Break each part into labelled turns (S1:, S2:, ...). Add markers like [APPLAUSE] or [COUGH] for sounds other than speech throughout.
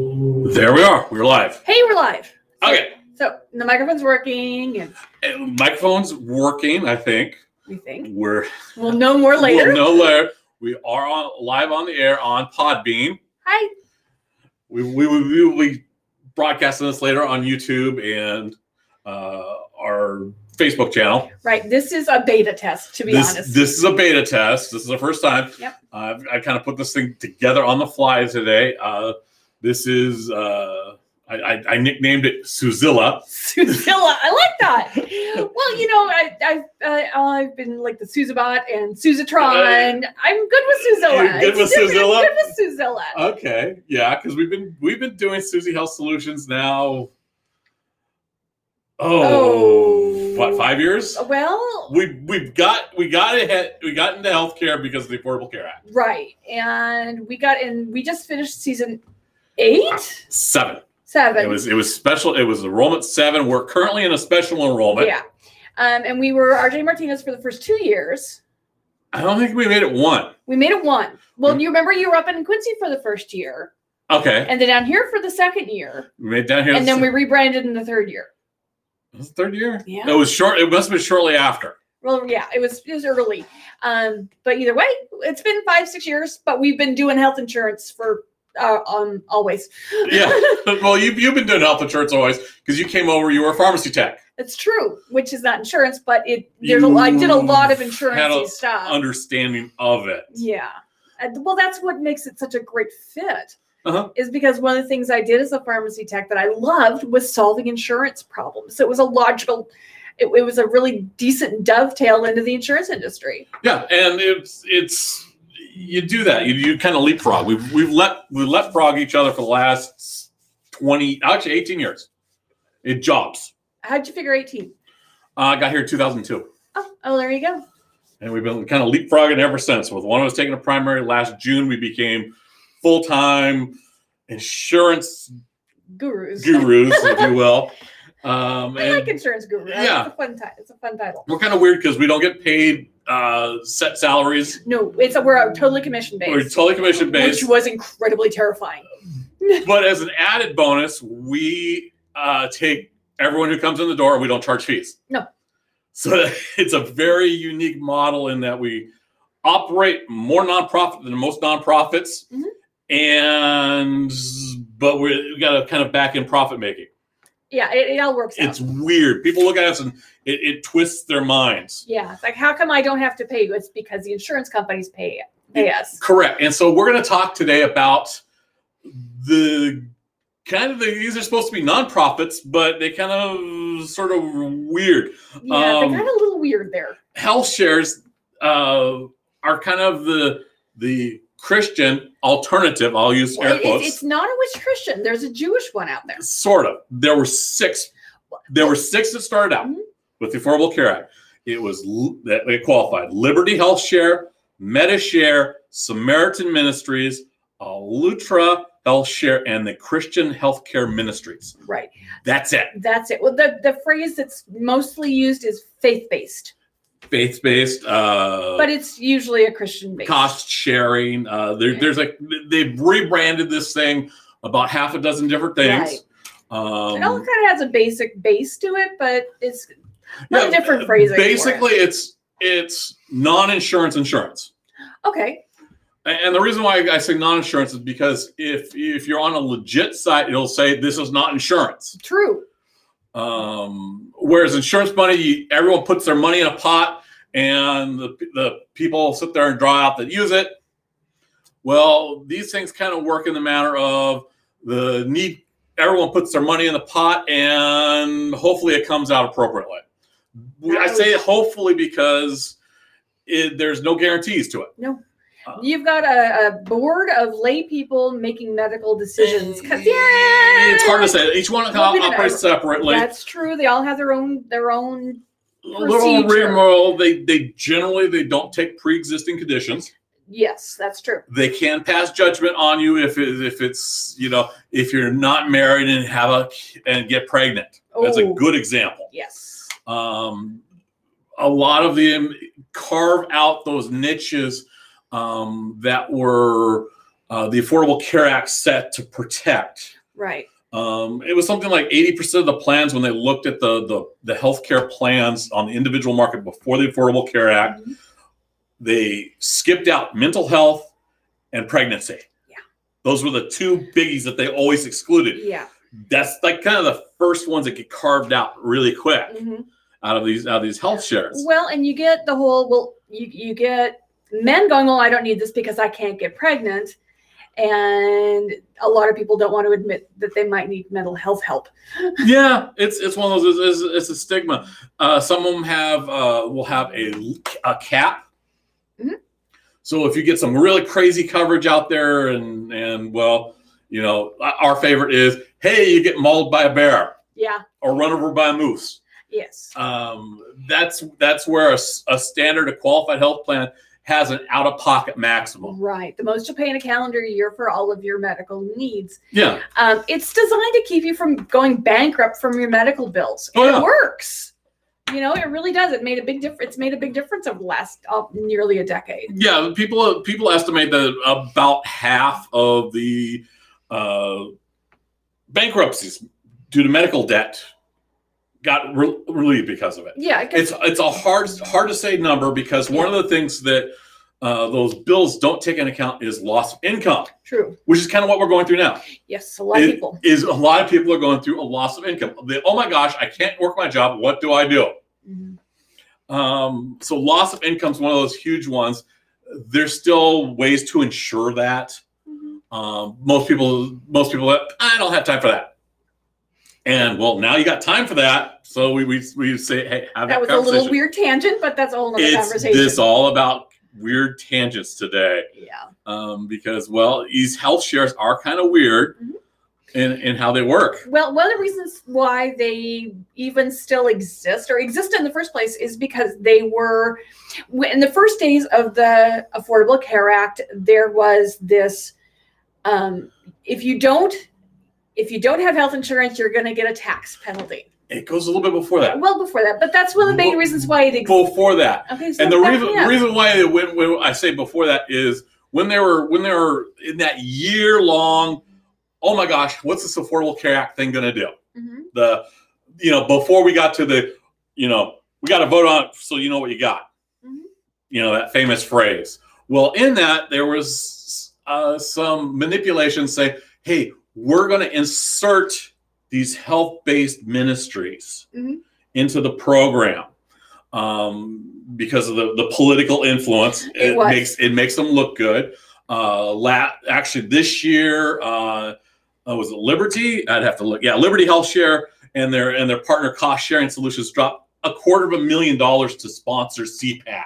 S1: There we are. We're live.
S2: Hey, we're live. So-
S1: Okay.
S2: So the microphone's working, and
S1: Uh, Microphone's working, I think.
S2: we think
S1: We're
S2: we'll know more later.
S1: We'll know later. We are on live on the air on Podbean.
S2: Hi.
S1: We, we, will- we will be broadcasting this later on YouTube and uh, our Facebook channel.
S2: Right. This is a beta test, to be
S1: this,
S2: honest.
S1: this is a beta test. This is the first time.
S2: Yep.
S1: I've I kind of put this thing together on the fly today. Uh, this is, uh, I, I, I nicknamed it Suzilla.
S2: Suzilla, I like that. Well, you know, I, I've uh, I've been like the Suzabot and Suzatron. I'm good with Suzilla.
S1: You're good with
S2: It's different.
S1: Suzilla?
S2: I'm good with Suzilla.
S1: Okay, yeah, because we've been we've been doing Susie Health Solutions now. Oh,
S2: Oh.
S1: what five years?
S2: well,
S1: We we've got we got ahead we got into healthcare because of the Affordable Care Act.
S2: right, and we got in. We just finished season eight,
S1: Seven.
S2: seven.
S1: It was it was special. It was enrollment seven. We're currently in a special enrollment.
S2: yeah, um, and we were RJ Martinez for the first two years.
S1: I don't think we made it one.
S2: We made it one. Well,
S1: Mm.
S2: you remember you were up in Quincy for the first year,
S1: Okay,
S2: and then down here for the second year,
S1: we made it down here.
S2: and then we rebranded in the third year.
S1: was it third year.
S2: Yeah.
S1: No, it was short. It must have been shortly
S2: [LAUGHS]
S1: after.
S2: Well, yeah, it was it was early, um, but either way, it's been five six years. But we've been doing health insurance for uh, um always.
S1: Yeah. well, you you've been doing health insurance always because you came over. You were a pharmacy tech.
S2: It's true, which is not insurance, but it there's a lot. I did a lot of
S1: You've
S2: insurance
S1: had a-
S2: stuff.
S1: understanding of it.
S2: Yeah. And- Well, that's what makes it such a great fit.
S1: Uh-huh.
S2: Is because one of the things I did as a pharmacy tech that I loved was solving insurance problems. So it was a logical, it, it was a really decent dovetail into the insurance industry.
S1: Yeah, and it's it's you do that. You, you kind of leapfrog. We've we've let we leapfrog each other for the last twenty, actually eighteen years. It jobs.
S2: How'd you figure 18?
S1: Uh, I got here in two thousand two,
S2: Oh, oh, there you go.
S1: and we've been kind of leapfrogging ever since. With one of us taking a primary last June, we became full time insurance
S2: Gurus.
S1: gurus, if you
S2: [LAUGHS]
S1: will. Um,
S2: I like
S1: and
S2: insurance guru.
S1: Yeah.
S2: It's a fun title. It's a fun title.
S1: we're kind of weird because we don't get paid uh, set salaries.
S2: No, it's a, we're totally commission
S1: We're
S2: based,
S1: totally commission based.
S2: which was incredibly terrifying.
S1: but as an added bonus, we uh, take everyone who comes in the door. and We don't charge fees.
S2: No.
S1: So [LAUGHS] it's a very unique model in that we operate more nonprofit than most nonprofits,
S2: Mhm.
S1: and but we're, we got a kind of back end profit making.
S2: Yeah, it, it all works
S1: It's
S2: out.
S1: weird. People look at us and it, it twists their minds.
S2: Yeah, it's like how come I don't have to pay you? It's because the insurance companies pay pay us.
S1: Correct. And so we're going to talk today about the kind of the, these are supposed to be nonprofits, but they kind of sort of weird.
S2: Yeah,
S1: Um,
S2: they got a little weird there.
S1: Health shares uh, are kind of the the Christian alternative. I'll use
S2: Well,
S1: air
S2: it- it's,
S1: quotes.
S2: it's not a witch Christian. There's a Jewish one out there.
S1: Sort of. There were six. There were six that started out
S2: Mhm.
S1: with the Affordable Care Act. It was l- that it qualified Liberty Health Share, MediShare, Samaritan Ministries, Alutra Health Share, and the Christian Healthcare Ministries.
S2: Right.
S1: That's it.
S2: That's it. Well, the, the phrase that's mostly used is faith based,
S1: Faith based, uh,
S2: but it's usually a Christian based.
S1: cost sharing. Uh, there,
S2: Yeah.
S1: There's like they've rebranded this thing about half a dozen different things.
S2: Right. it all
S1: Um,
S2: kind of has a basic base to it, but it's
S1: yeah,
S2: lot of different phrasing for it.
S1: Basically, it's it's non-insurance insurance.
S2: okay.
S1: And and the reason why I say non-insurance is because if if you're on a legit site, it'll say this is not insurance.
S2: True.
S1: Um, whereas insurance money, you, everyone puts their money in a pot, and the the people sit there and draw out that use it. Well, these things kind of work in the manner of the need. Everyone puts their money in the pot, and hopefully it comes out appropriately. I say hopefully because it, there's no guarantees to it. Uh,
S2: You've got a, a board of lay people making medical decisions. 'Cause- yeah,
S1: It's hard to say. Each one kind
S2: Well, we
S1: of
S2: did
S1: operates separately. A
S2: That's true. They all have their own their own.
S1: little
S2: procedure.
S1: remote. They they generally they don't take pre-existing conditions.
S2: Yes, that's true.
S1: They can pass judgment on you if it, if it's you know if you're not married and have a and get pregnant. That's a
S2: Oh.
S1: good example.
S2: Yes.
S1: Um, a lot of them carve out those niches um, that were uh, the Affordable Care Act set to protect.
S2: Right.
S1: Um, it was something like 80% of the plans when they looked at the, the the healthcare plans on the individual market before the Affordable Care Act,
S2: Mhm.
S1: they skipped out mental health and pregnancy.
S2: Yeah.
S1: Those were the two biggies that they always excluded.
S2: Yeah.
S1: That's like kind of the first ones that get carved out really quick
S2: hmm
S1: out of these out of these health shares.
S2: Well, and you get the whole well, you you get men going, "Well, I don't need this because I can't get pregnant," and a lot of people don't want to admit that they might need mental health help.
S1: yeah, it's it's one of those. It's, it's, it's a stigma. Uh, some of them have uh, will have a a cap.
S2: Mhm.
S1: So if you get some really crazy coverage out there, and and well, you know, uh, our favorite is hey, you get mauled by a bear
S2: Yeah.
S1: or run over by a moose.
S2: Yes.
S1: Um, that's that's where a, s- a standard, a qualified health plan has an out of pocket maximum.
S2: Right. The most you'll pay in a calendar year for all of your medical needs.
S1: Yeah,
S2: Um, it's designed to keep you from going bankrupt from your medical bills.
S1: Oh,
S2: And
S1: yeah.
S2: It works. You know, it really does. It made a big difference. It's made a big difference over the last uh, nearly a decade.
S1: yeah. People people estimate that about half of the uh, bankruptcies due to medical debt got re- relieved because of it.
S2: Yeah. It
S1: It's it's a hard hard to say number because one of the things that uh, those bills don't take into account is loss of income,
S2: true.
S1: which is kind of what we're going through now.
S2: Yes. A lot of
S1: It-
S2: people.
S1: Is a lot of people are going through a loss of income. They, oh my gosh, I can't work my job. What do I do?
S2: Mhm.
S1: Um, so loss of income is one of those huge ones. There's still ways to ensure that.
S2: Mhm.
S1: Um, most people, most people, are, I don't have time for that. And well, now you got time for that, so we we, we say, hey, have
S2: that
S1: that,
S2: was a
S1: conversation.
S2: little weird tangent, but that's a whole nother
S1: It's
S2: conversation.
S1: this all about weird tangents today,
S2: yeah.
S1: um, because well, these health shares are kind of weird
S2: Mhm.
S1: in in how they work.
S2: Well, one of the reasons why they even still exist or exist in the first place is because they were in the first days of the Affordable Care Act. There was this: um, if you don't, if you don't have health insurance, you're going to get a tax penalty.
S1: It goes a little bit before that.
S2: Well, before that, but that's one of the main
S1: Well,
S2: reasons why it exists.
S1: Before that,
S2: Okay, so
S1: and the
S2: back
S1: reason
S2: me up.
S1: reason why it went when I say before that is when they were when they were in that year long, oh my gosh, what's this Affordable Care Act thing gonna do?
S2: Mhm.
S1: The you know before we got to the you know we got to vote on it so you know what you got.
S2: Mhm.
S1: You know that famous phrase. Well, in that there was uh, some manipulation saying, hey, we're gonna insert these health based ministries
S2: Mhm.
S1: into the program um, because of the, the political influence. It,
S2: was.
S1: makes it makes them look good. Uh, la- actually, this year uh, uh, was it Liberty? I'd have to look. Yeah, Liberty Health Share and their and their partner Cost Sharing Solutions dropped a quarter of a million dollars to sponsor CPAC.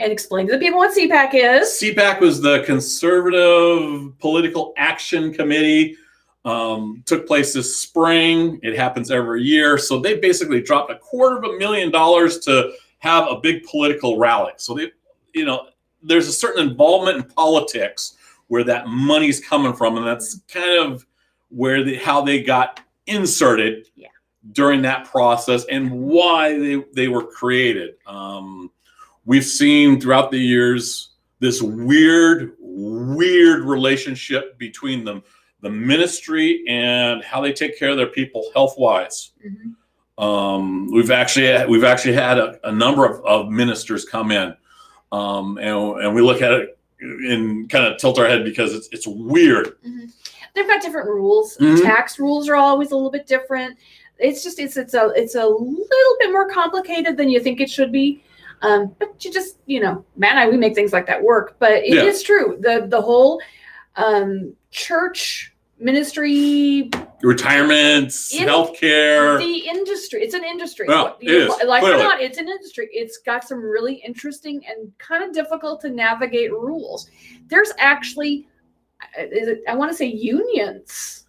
S2: And explain to the people what CPAC is.
S1: CPAC was the Conservative Political Action Committee. Um, took place this spring. It happens every year. So they basically dropped a quarter of a million dollars to have a big political rally. So they, you know, there's a certain involvement in politics where that money's coming from, and that's kind of where the how they got inserted
S2: Yeah.
S1: during that process and why they they were created. Um, we've seen throughout the years this weird, weird relationship between them, the ministry and how they take care of their people health wise.
S2: Mhm.
S1: Um, we've actually we've actually had a, a number of, of ministers come in, um, and, and we look at it and kind of tilt our head because it's it's weird.
S2: they've got different rules.
S1: Mhm.
S2: Tax rules are always a little bit different. It's just it's it's a it's a little bit more complicated than you think it should be. Um, but you just you know, Matt and I we make things like that work. But it is
S1: Yeah.
S2: true. The the whole um, church ministry,
S1: Retirements,
S2: In-
S1: healthcare.
S2: the industry. It's an industry.
S1: Yeah,
S2: You
S1: it
S2: know,
S1: is,
S2: like it or
S1: clearly.
S2: not, it's an industry. It's got some really interesting and kind of difficult to navigate rules. There's actually, I- is it, I want to say unions.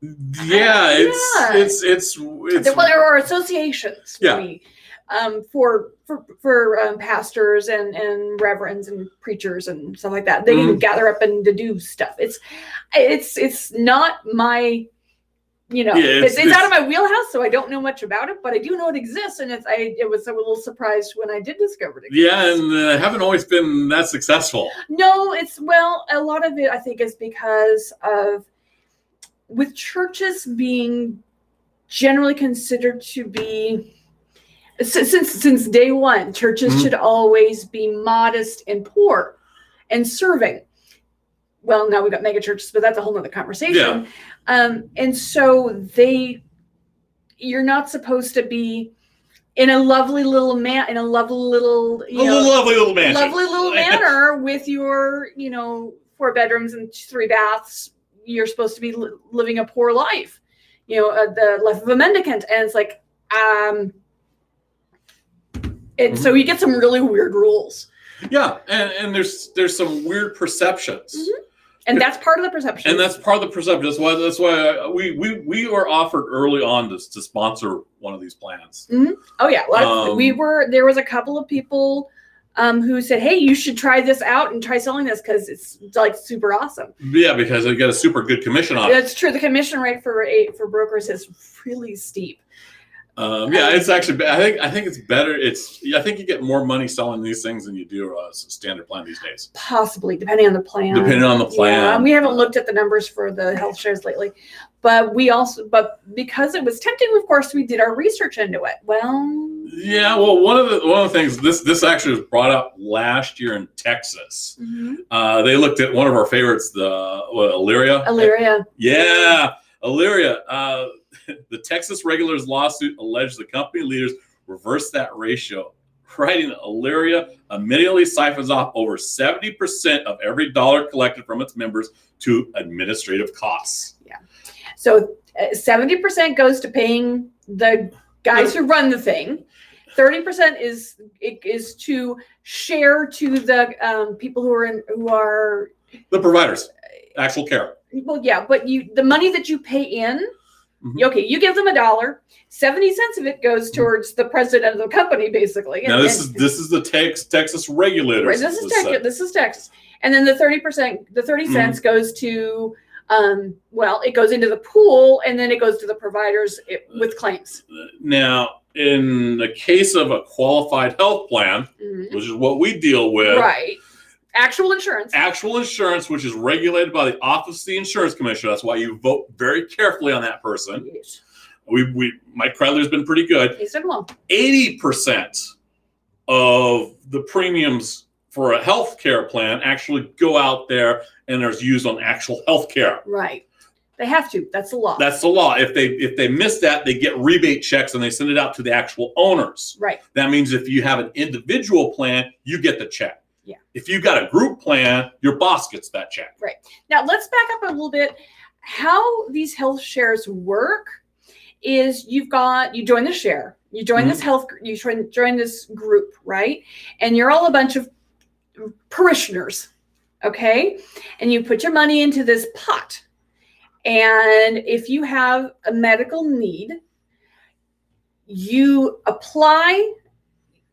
S1: yeah, it's,
S2: Yeah.
S1: it's it's it's
S2: there, well, there are associations.
S1: Yeah.
S2: maybe, um, for for for um, pastors and and reverends and preachers and stuff like that. They
S1: Mm-hmm.
S2: can gather up and to do stuff. It's it's it's not my you know
S1: Yeah,
S2: it's,
S1: it's-
S2: it's, out of my wheelhouse so i don't know much about it but i do know it exists and it's i it was a little surprised when i did discover it
S1: yeah,
S2: exists.
S1: and uh, haven't always been that successful.
S2: no it's well a lot of it i think is because of with churches being generally considered to be since since, since day one, churches
S1: Mhm.
S2: should always be modest and poor and serving. Well, now we've got mega churches, but that's a whole nother
S1: Yeah.
S2: conversation. Um, and so they you're not supposed to be in a lovely little man in a lovely little you
S1: a
S2: know,
S1: little lovely little mansion. [LAUGHS]
S2: lovely little manor with your, you know, four bedrooms and three baths. You're supposed to be li- living a poor life, you know, uh, the life of a mendicant. And it's like, um, and
S1: Mm-hmm.
S2: so you get some really weird rules,
S1: Yeah, and, and there's there's some weird perceptions,
S2: Mhm. and that's part of the perception.
S1: and that's part of the perception. That's why that's why uh, we we we were offered early on to to sponsor one of these plans.
S2: oh yeah, lots of-
S1: um,
S2: we were. There was a couple of people um, who said, "Hey, you should try this out and try selling this because it's like super awesome."
S1: Yeah, because they get a super good commission on it.
S2: That's true. The commission rate for a for brokers is really steep.
S1: Um, yeah, it's actually. I think I think it's better. It's I think you get more money selling these things than you do a standard plan these days,
S2: possibly depending on the plan
S1: depending on the plan.
S2: yeah and we haven't looked at the numbers for the health shares lately but we also but because it was tempting of course we did our research into it well
S1: Yeah, well, one of the one of the things this this actually was brought up last year in Texas. Uh, they looked at one of our favorites, the what, Illyria.
S2: Illyria,
S1: Yeah, Illyria. Uh, [LAUGHS] the Texas regulars lawsuit alleged the company leaders reversed that ratio, writing that Illyria immediately siphons off over seventy percent of every dollar collected from its members to administrative costs.
S2: so uh, 70% goes to paying the guys who run the thing 30% is it is to share to the um, people who are in who are
S1: The providers, actual care.
S2: well yeah but you the money that you pay in
S1: Mhm.
S2: okay you give them a dollar 70 cents of it goes towards the president of the company basically
S1: Mm-hmm. Now
S2: And-
S1: this is
S2: and-
S1: this is the Tex, Texas regulators.
S2: right, this is
S1: that said-
S2: texas this is texas and then the 30 percent the 30
S1: Mhm.
S2: cents goes to um well it goes into the pool and then it goes to the providers it, with claims
S1: Now, in the case of a qualified health plan,
S2: Mhm.
S1: which is what we deal with,
S2: right actual insurance
S1: actual insurance, which is regulated by the Office of the Insurance Commissioner, that's why you vote very carefully on that person.
S2: Yes.
S1: We, we Mike Credler's been pretty good.
S2: he said well
S1: 80% of the premiums for a health care plan actually go out there and there's used on actual health care.
S2: right they have to that's the law
S1: That's the law. If they if they miss that, they get rebate checks and they send it out to the actual owners.
S2: right
S1: That means if you have an individual plan, you get the check.
S2: Yeah.
S1: If you got a group plan, your boss gets that check.
S2: Now let's back up a little bit. How these health shares work is you've got you join the share, you join this health, you join join this group, right? And you're all a bunch of parishioners, okay? And you put your money into this pot. And if you have a medical need, you apply,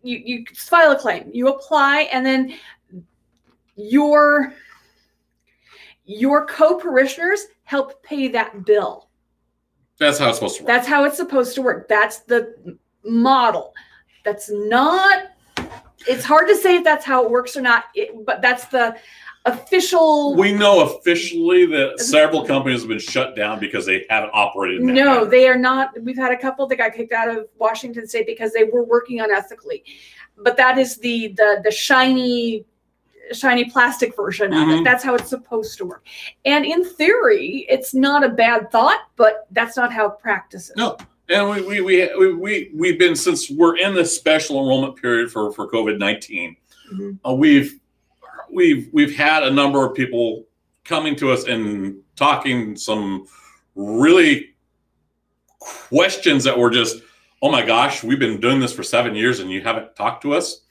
S2: you, you file a claim, you apply, and then your your co-parishioners help pay that bill.
S1: That's how it's supposed to work.
S2: That's how it's supposed to work. That's the model. That's not it's hard to say if that's how it works or not, it, but that's the official
S1: we know officially that several companies have been shut down because they haven't operated. In that
S2: No,
S1: manner.
S2: they are not. We've had a couple that got kicked out of Washington State because they were working unethically. But that is the the the shiny shiny plastic version of it.
S1: Mhm.
S2: That's how it's supposed to work. And in theory, it's not a bad thought, but that's not how practice is.
S1: No. and we we, we we we we've been since we're in this special enrollment period for for COVID 19
S2: Mhm.
S1: Uh, we've we've we've had a number of people coming to us and talking some really questions that were just oh my gosh we've been doing this for seven years and you haven't talked to us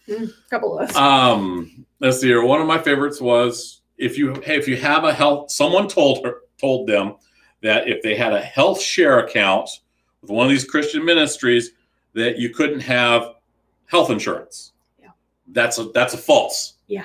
S2: couple of us.
S1: um let's see here one of my favorites was if you hey, if you have a health someone told her told them that if they had a health share account with one of these christian ministries that you couldn't have health insurance
S2: Yeah.
S1: that's a that's a false
S2: Yeah.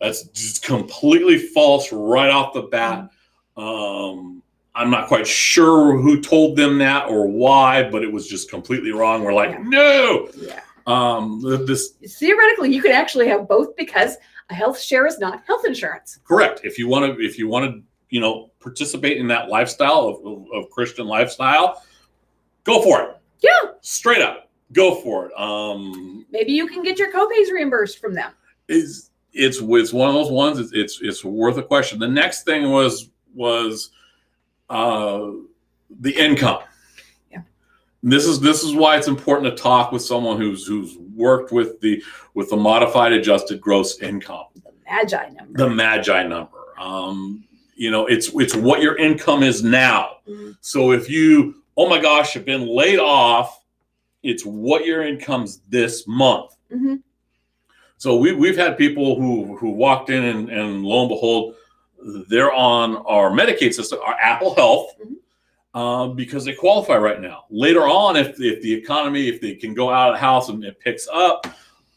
S1: that's just completely false right off the bat
S2: Mm-hmm.
S1: um i'm not quite sure who told them that or why but it was just completely wrong we're like
S2: Yeah.
S1: no
S2: yeah.
S1: um th- this
S2: Theoretically, you could actually have both because a health share is not health insurance.
S1: correct if you want to if you want to you know participate in that lifestyle of, of, of Christian lifestyle, go for it.
S2: Yeah.
S1: Straight up, go for it. Um,
S2: Maybe you can get your copays reimbursed from them.
S1: is it's it's one of those ones. It's it's, it's worth a question. The next thing was was uh, the income.
S2: Yeah.
S1: This is this is why it's important to talk with someone who's who's worked with the with the modified adjusted gross income,
S2: The Magi number.
S1: the Magi number. Um, you know, it's it's what your income is now.
S2: Mhm.
S1: So if you, oh my gosh, you've been laid off, it's what your income's this month.
S2: Mhm.
S1: So we, we've had people who who walked in and, and lo and behold, they're on our Medicaid system, our Apple Health,
S2: Mhm.
S1: uh, because they qualify right now. Later on, if, if the economy, if they can go out of the house and it picks up,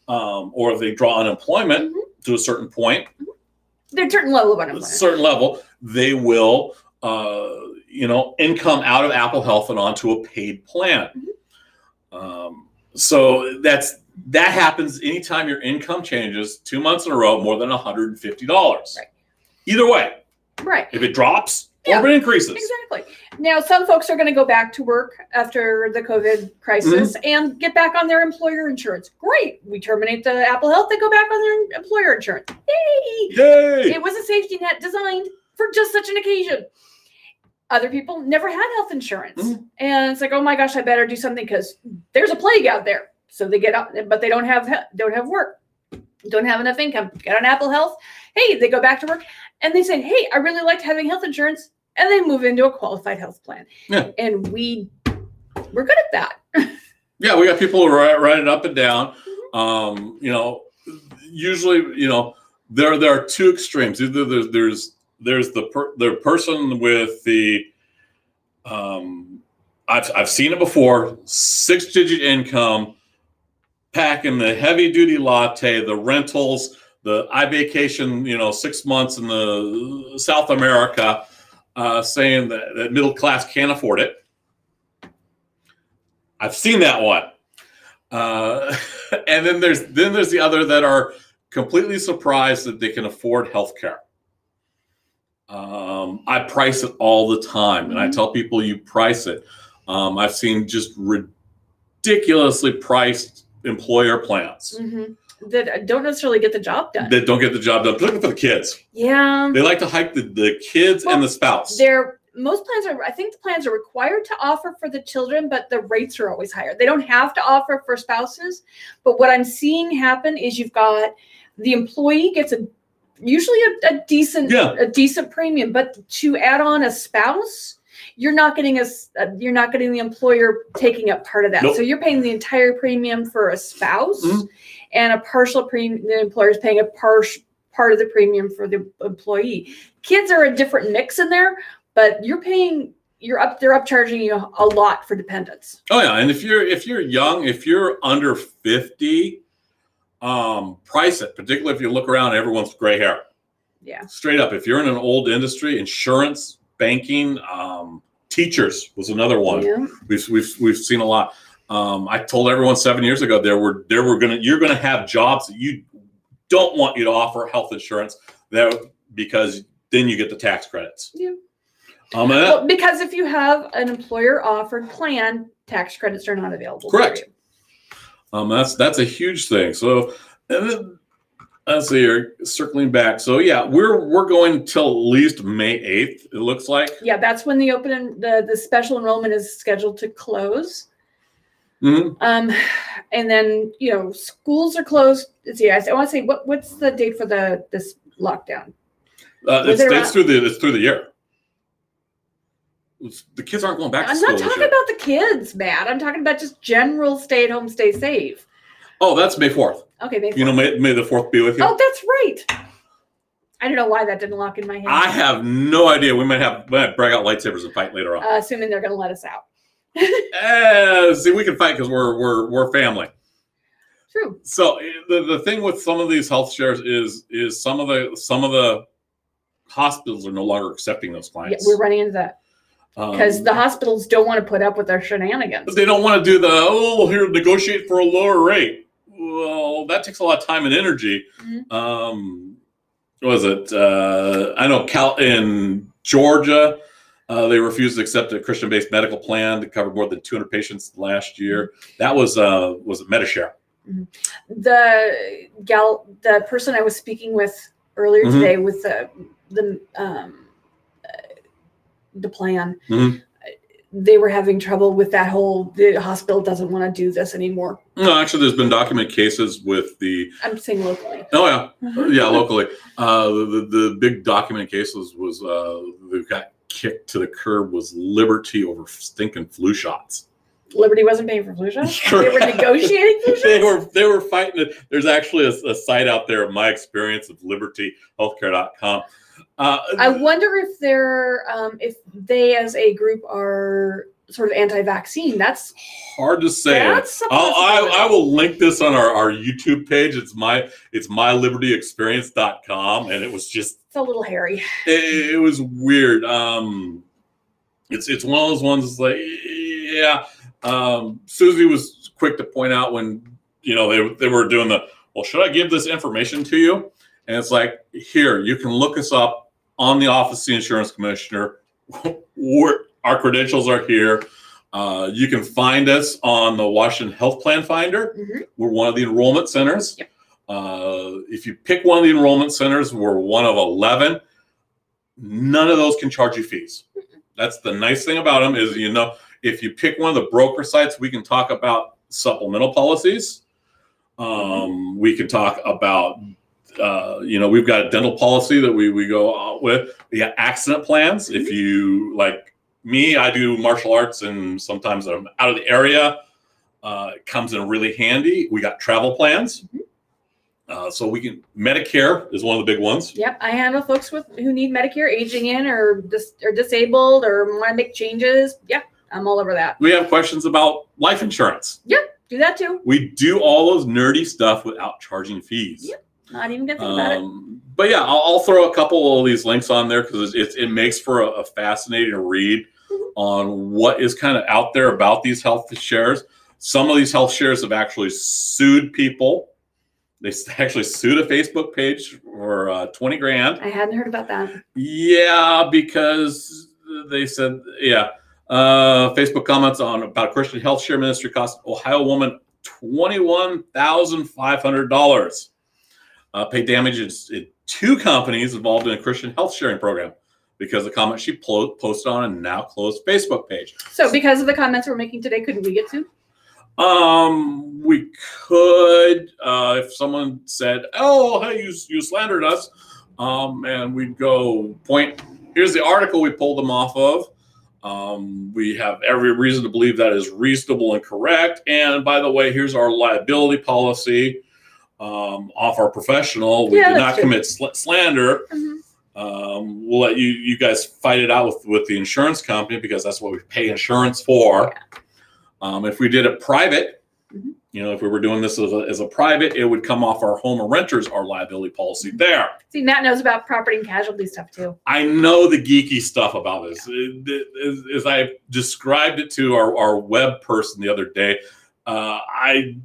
S1: um, or if they draw unemployment
S2: Mhm.
S1: to a certain point,
S2: They're certain level of
S1: a
S2: unemployment.
S1: certain level, they will, uh, you know, income out of Apple Health and onto a paid plan.
S2: Mm-hmm.
S1: Um, so that's that happens anytime your income changes two months in a row more than one hundred and fifty dollars.
S2: Right.
S1: Either way,
S2: right.
S1: if it drops
S2: Yeah.
S1: or if it increases,
S2: Exactly. Now, some folks are going to go back to work after the COVID crisis and get back on their employer insurance. Great. We terminate the Apple Health, they go back on their employer insurance. Yay!
S1: yay!
S2: It was a safety net designed for just such an occasion. Other people never had health insurance.
S1: Mhm.
S2: And it's like, oh my gosh, I better do something because there's a plague out there. So they get out, but they don't have he- don't have work, don't have enough income. Get on Apple Health. Hey, they go back to work and they say, hey, I really liked having health insurance, and they move into a qualified health plan.
S1: Yeah.
S2: And we we're good at that.
S1: Yeah, we got people who write, write it up and down. Um, you know, usually, you know, there there are two extremes. Either there's there's there's the per, the person with the um, I've I've seen it before. Six digit income, packing the heavy duty latte, the rentals, the I vacation, you know, six months in the South America, uh, saying that, that middle class can't afford it. I've seen that one. Uh, [LAUGHS] and then there's then there's the other that are completely surprised that they can afford healthcare. Um, I price it all the time, and I
S2: Mhm.
S1: tell people you price it. Um, I've seen just ridiculously priced employer
S2: Mm,
S1: plans
S2: That uh, don't necessarily get the job done.
S1: that don't get the job done, particularly for the kids.
S2: yeah.
S1: They like to hike the, the kids and the spouse.
S2: They're most plans are I think the plans are required to offer for the children, but the rates are always higher. They don't have to offer for spouses, but what I'm seeing happen is you've got the employee gets a usually a, a decent
S1: Yeah.
S2: a decent premium, but to add on a spouse, you're not getting a s- uh, you're not getting the employer taking up part of that.
S1: Nope.
S2: So you're paying the entire premium for a spouse
S1: Mhm.
S2: and a partial premium the employer is paying a partial part of the premium for the employee. Kids are a different mix in there, but you're paying you're up they're upcharging you a lot for dependents.
S1: Oh yeah, and if you're if you're young, if you're under fifty, um, price it. Particularly if you look around, everyone's gray hair.
S2: Yeah.
S1: Straight up, if you're in an old industry, insurance, banking, um, teachers was another one.
S2: Yeah.
S1: We've we've we've seen a lot. Um, I told everyone seven years ago there were there were gonna you're gonna have jobs that you don't want you to offer health insurance that because then you get the tax credits.
S2: Yeah.
S1: Um, and that- [LAUGHS]
S2: Well, because if you have an employer offered plan, tax credits are not available. for
S1: Correct.
S2: you.
S1: Um, that's that's a huge thing. So, and then, let's see here, circling back. So yeah, we're we're going till at least May eighth. It looks like.
S2: Yeah, that's when the open en- the the special enrollment is scheduled to close.
S1: Mhm.
S2: Um, and then you know schools are closed. Let's see, I want to say what what's the date for the this lockdown?
S1: Uh,
S2: Was
S1: it's,
S2: it
S1: it's
S2: around-
S1: through the it's through the year. It's- the kids aren't going back to
S2: I'm
S1: school.
S2: not
S1: this
S2: talking
S1: year.
S2: about the kids, Matt. I'm talking about just general stay at home, stay safe.
S1: oh, that's May fourth.
S2: Okay, maybe.
S1: You know, May, May the fourth be with you.
S2: Oh, that's right. I don't know why that didn't lock in my head.
S1: I have no idea. We might have we might break out lightsabers and fight later on.
S2: uh, assuming they're going to let us out.
S1: Eh, see, we can fight because we're we're we're family.
S2: True.
S1: so eh, the, the thing with some of these health shares is is some of the some of the hospitals are no longer accepting those
S2: Yeah,
S1: clients
S2: we're running into that because
S1: Um,
S2: the hospitals don't want to put up with our shenanigans.
S1: they don't want to do the oh here negotiate for a lower rate well that takes a lot of time and energy
S2: Mhm.
S1: um what was it uh i know cal in Georgia. Uh, they refused to accept a Christian-based medical plan to cover more than 200 patients last year. That was uh, was a MediShare.
S2: the gal the person i was speaking with earlier
S1: Mhm.
S2: today with the the um uh, the plan
S1: Mhm.
S2: they were having trouble with that whole the hospital doesn't want to do this anymore
S1: No, actually, there's been documented cases with the
S2: i'm saying locally
S1: oh yeah yeah, locally. Uh, the, the the big document cases was uh, that got kicked to the curb was Liberty over stinking flu shots.
S2: liberty wasn't paying for flu shots [LAUGHS]
S1: [LAUGHS]
S2: they were
S1: Correct.
S2: negotiating flu
S1: They
S2: shots
S1: were they were fighting it. There's actually a, a site out there, my experience of libertyhealthcare.com. Uh,
S2: i wonder if they're um if they as a group are sort of anti-vaccine that's
S1: hard to say.
S2: that's a
S1: I'll, I, I
S2: possibility.
S1: will link this on our, our YouTube page. It's my it's mylibertyexperience.com and it was just
S2: it's a little hairy
S1: it, it was weird. Um, it's it's one of those ones. It's like yeah. Um, Susie was quick to point out when you know they they were doing the well. Should I give this information to you? And it's like here you can look us up on the office of the insurance commissioner. [LAUGHS] We're, our credentials are here. Uh, you can find us on the Washington Health Plan Finder.
S2: Mhm.
S1: We're one of the enrollment centers.
S2: Yep.
S1: Uh, if you pick one of the enrollment centers, we're one of 11. None of those can charge you fees. That's the nice thing about them is, you know, if you pick one of the broker sites, we can talk about supplemental policies. Um, we can talk about, uh, you know, we've got a dental policy that we, we go out with. We got accident plans. If you like me, I do martial arts and sometimes I'm out of the area uh, it comes in really handy. We got travel plans. Uh, so we can Medicare is one of the big ones.
S2: Yep, I handle folks with who need Medicare, aging in, or dis- or disabled, or want to make changes. Yeah, I'm all over that.
S1: We have questions about life insurance.
S2: Do that too.
S1: We do all those nerdy stuff without charging fees.
S2: Yep, Not even gonna think about it.
S1: Um, but yeah, I'll, I'll throw a couple of these links on there because it, it makes for a, a fascinating read
S2: Mhm.
S1: on what is kind of out there about these health shares. Some of these health shares have actually sued people. They s- [LAUGHS] actually sued a Facebook page for uh, 20 grand.
S2: I hadn't heard about that.
S1: Yeah, because they said, yeah. Uh, Facebook comments on about Christian health share ministry cost Ohio woman twenty one thousand five hundred dollars. Uh, paid damages in two companies involved in a Christian health sharing program because the comment she plo- posted on a now closed Facebook page.
S2: So, because of the comments we're making today, couldn't we get to?
S1: Um, we could uh, if someone said, "Oh, hey, you you slandered us," um, and we'd go point. Here's the article we pulled them off of. Um, we have every reason to believe that is reasonable and correct. And by the way, here's our liability policy um, off our professional. We
S2: Yeah,
S1: did
S2: that's
S1: not
S2: true.
S1: commit sl- slander um, we'll let you you guys fight it out with, with the insurance company because that's what we pay insurance for. Um, if we did it private,
S2: Mhm.
S1: you know, if we were doing this as a, as a private, it would come off our home or renters, our liability policy there.
S2: See, Matt knows about property and casualty stuff too.
S1: I know the geeky stuff about this. It- it- As, as I described it to our, our web person the other day, uh, I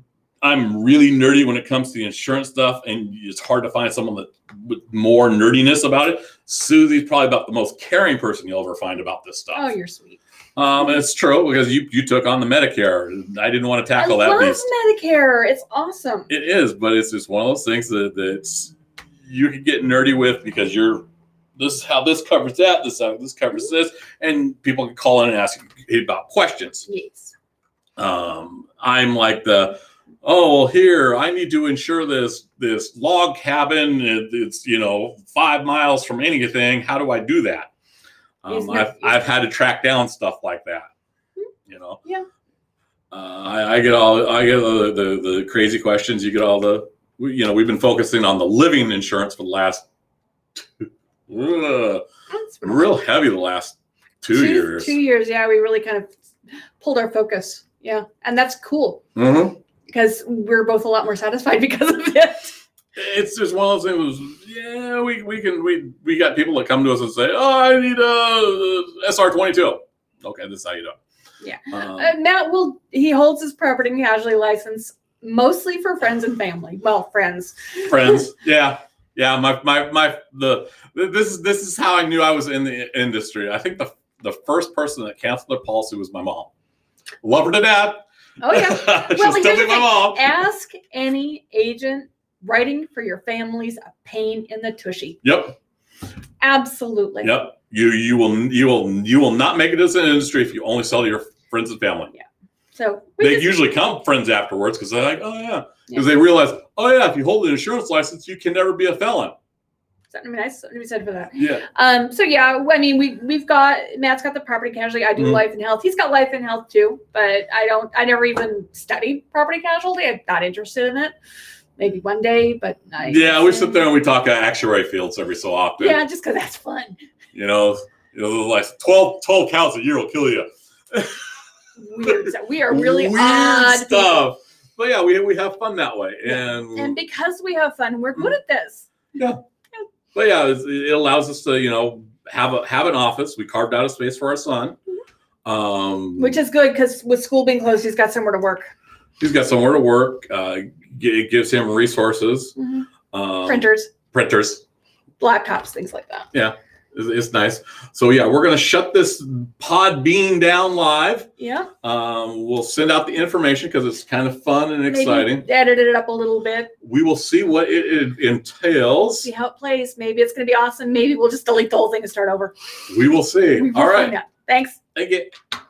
S1: I'm really nerdy when it comes to the insurance stuff, and it's hard to find someone that with more nerdiness about it. Susie's probably about the most caring person you'll ever find about this stuff.
S2: Oh, you're sweet.
S1: um, and it's true because you you took on the Medicare. I didn't want to
S2: I
S1: tackle that
S2: love
S1: beast.
S2: Medicare. It's awesome.
S1: It is, but it's just one of those things that that's you can get nerdy with because you're this is how this covers that, this is how this covers this, and people can call in and ask you about questions.
S2: yes.
S1: Um, I'm like the oh well here I need to insure this this log cabin. It, it's you know five miles from anything. How do I do that?
S2: Yes,
S1: Um,
S2: no,
S1: I've
S2: yes.
S1: I've had to track down stuff like that. You know.
S2: Hmm. Yeah.
S1: Uh, I, I get all I get all the, the the crazy questions. You get all the we- you know we've been focusing on the living insurance for the last Ugh,
S2: That's right.
S1: real heavy the last two, years.
S2: Two years. Yeah, we really kind of pulled our focus. Yeah, and that's cool
S1: Mhm.
S2: because we're both a lot more satisfied [LAUGHS] because of it.
S1: it's just one of those things. Yeah, we, we can we we got people that come to us and say, "Oh, I need a SR twenty two. Okay, this is how you do. it.
S2: Yeah.
S1: Um,
S2: Uh, [LAUGHS] Matt will he holds his property and casualty license mostly for friends and family. Well, friends.
S1: friends. Yeah, Yeah, my my my the this is this is how I knew I was in the industry. I think the the first person that canceled their policy was my mom. Love her to death.
S2: Oh
S1: [LAUGHS]
S2: yeah.
S1: She'll
S2: here's
S1: still
S2: the
S1: be my
S2: thing.
S1: mom.
S2: [LAUGHS] Ask any agent writing for your family's a pain in the tushy. [LAUGHS]
S1: Yep.
S2: Absolutely.
S1: Yep. You you will you will you will not make it as an industry if you only sell to your friends and family.
S2: So we
S1: They
S2: just-
S1: usually come friends afterwards because they're like, oh yeah, because they realize, oh yeah, if you hold an insurance license, you can never be a felon.
S2: something nice something to be said for that.
S1: Yeah.
S2: Um, so yeah, I mean we we've got Matt's got the property casualty. I do
S1: Mhm.
S2: life and health. He's got life and health too, but I don't. I never even studied property casualty. I'm not interested in it. Maybe one day, but I
S1: Yeah, we sit there and we talk uh, actuary fields every so often.
S2: Yeah, just because that's fun.
S1: You know, you know, like 12, 12 cows a year will kill you.
S2: Weird. We are really
S1: Weird
S2: odd people.
S1: stuff. But yeah, we, we have fun that way. And,
S2: And because we have fun, we're good at this.
S1: but yeah, it's- it allows us to, you know, have a have an office. We carved out a space for our son. Um
S2: Mm-hmm. Which is good because with school being closed, he's got somewhere to work.
S1: he's got somewhere to work. Uh g- it gives him resources.
S2: Mm-hmm.
S1: Um,
S2: Printers,
S1: Printers.
S2: laptops, things like that.
S1: It's, it's nice. So yeah, we're gonna shut this pod bean down live.
S2: Yeah.
S1: Um, we'll send out the information because it's kind of fun and exciting.
S2: Maybe edited it up a little bit,
S1: We will see what it, it entails.
S2: see how it plays. Maybe it's going to be awesome. Maybe we'll just delete the whole thing and start over.
S1: We will see.
S2: We will
S1: All right.
S2: find out. Thanks.
S1: Thank you.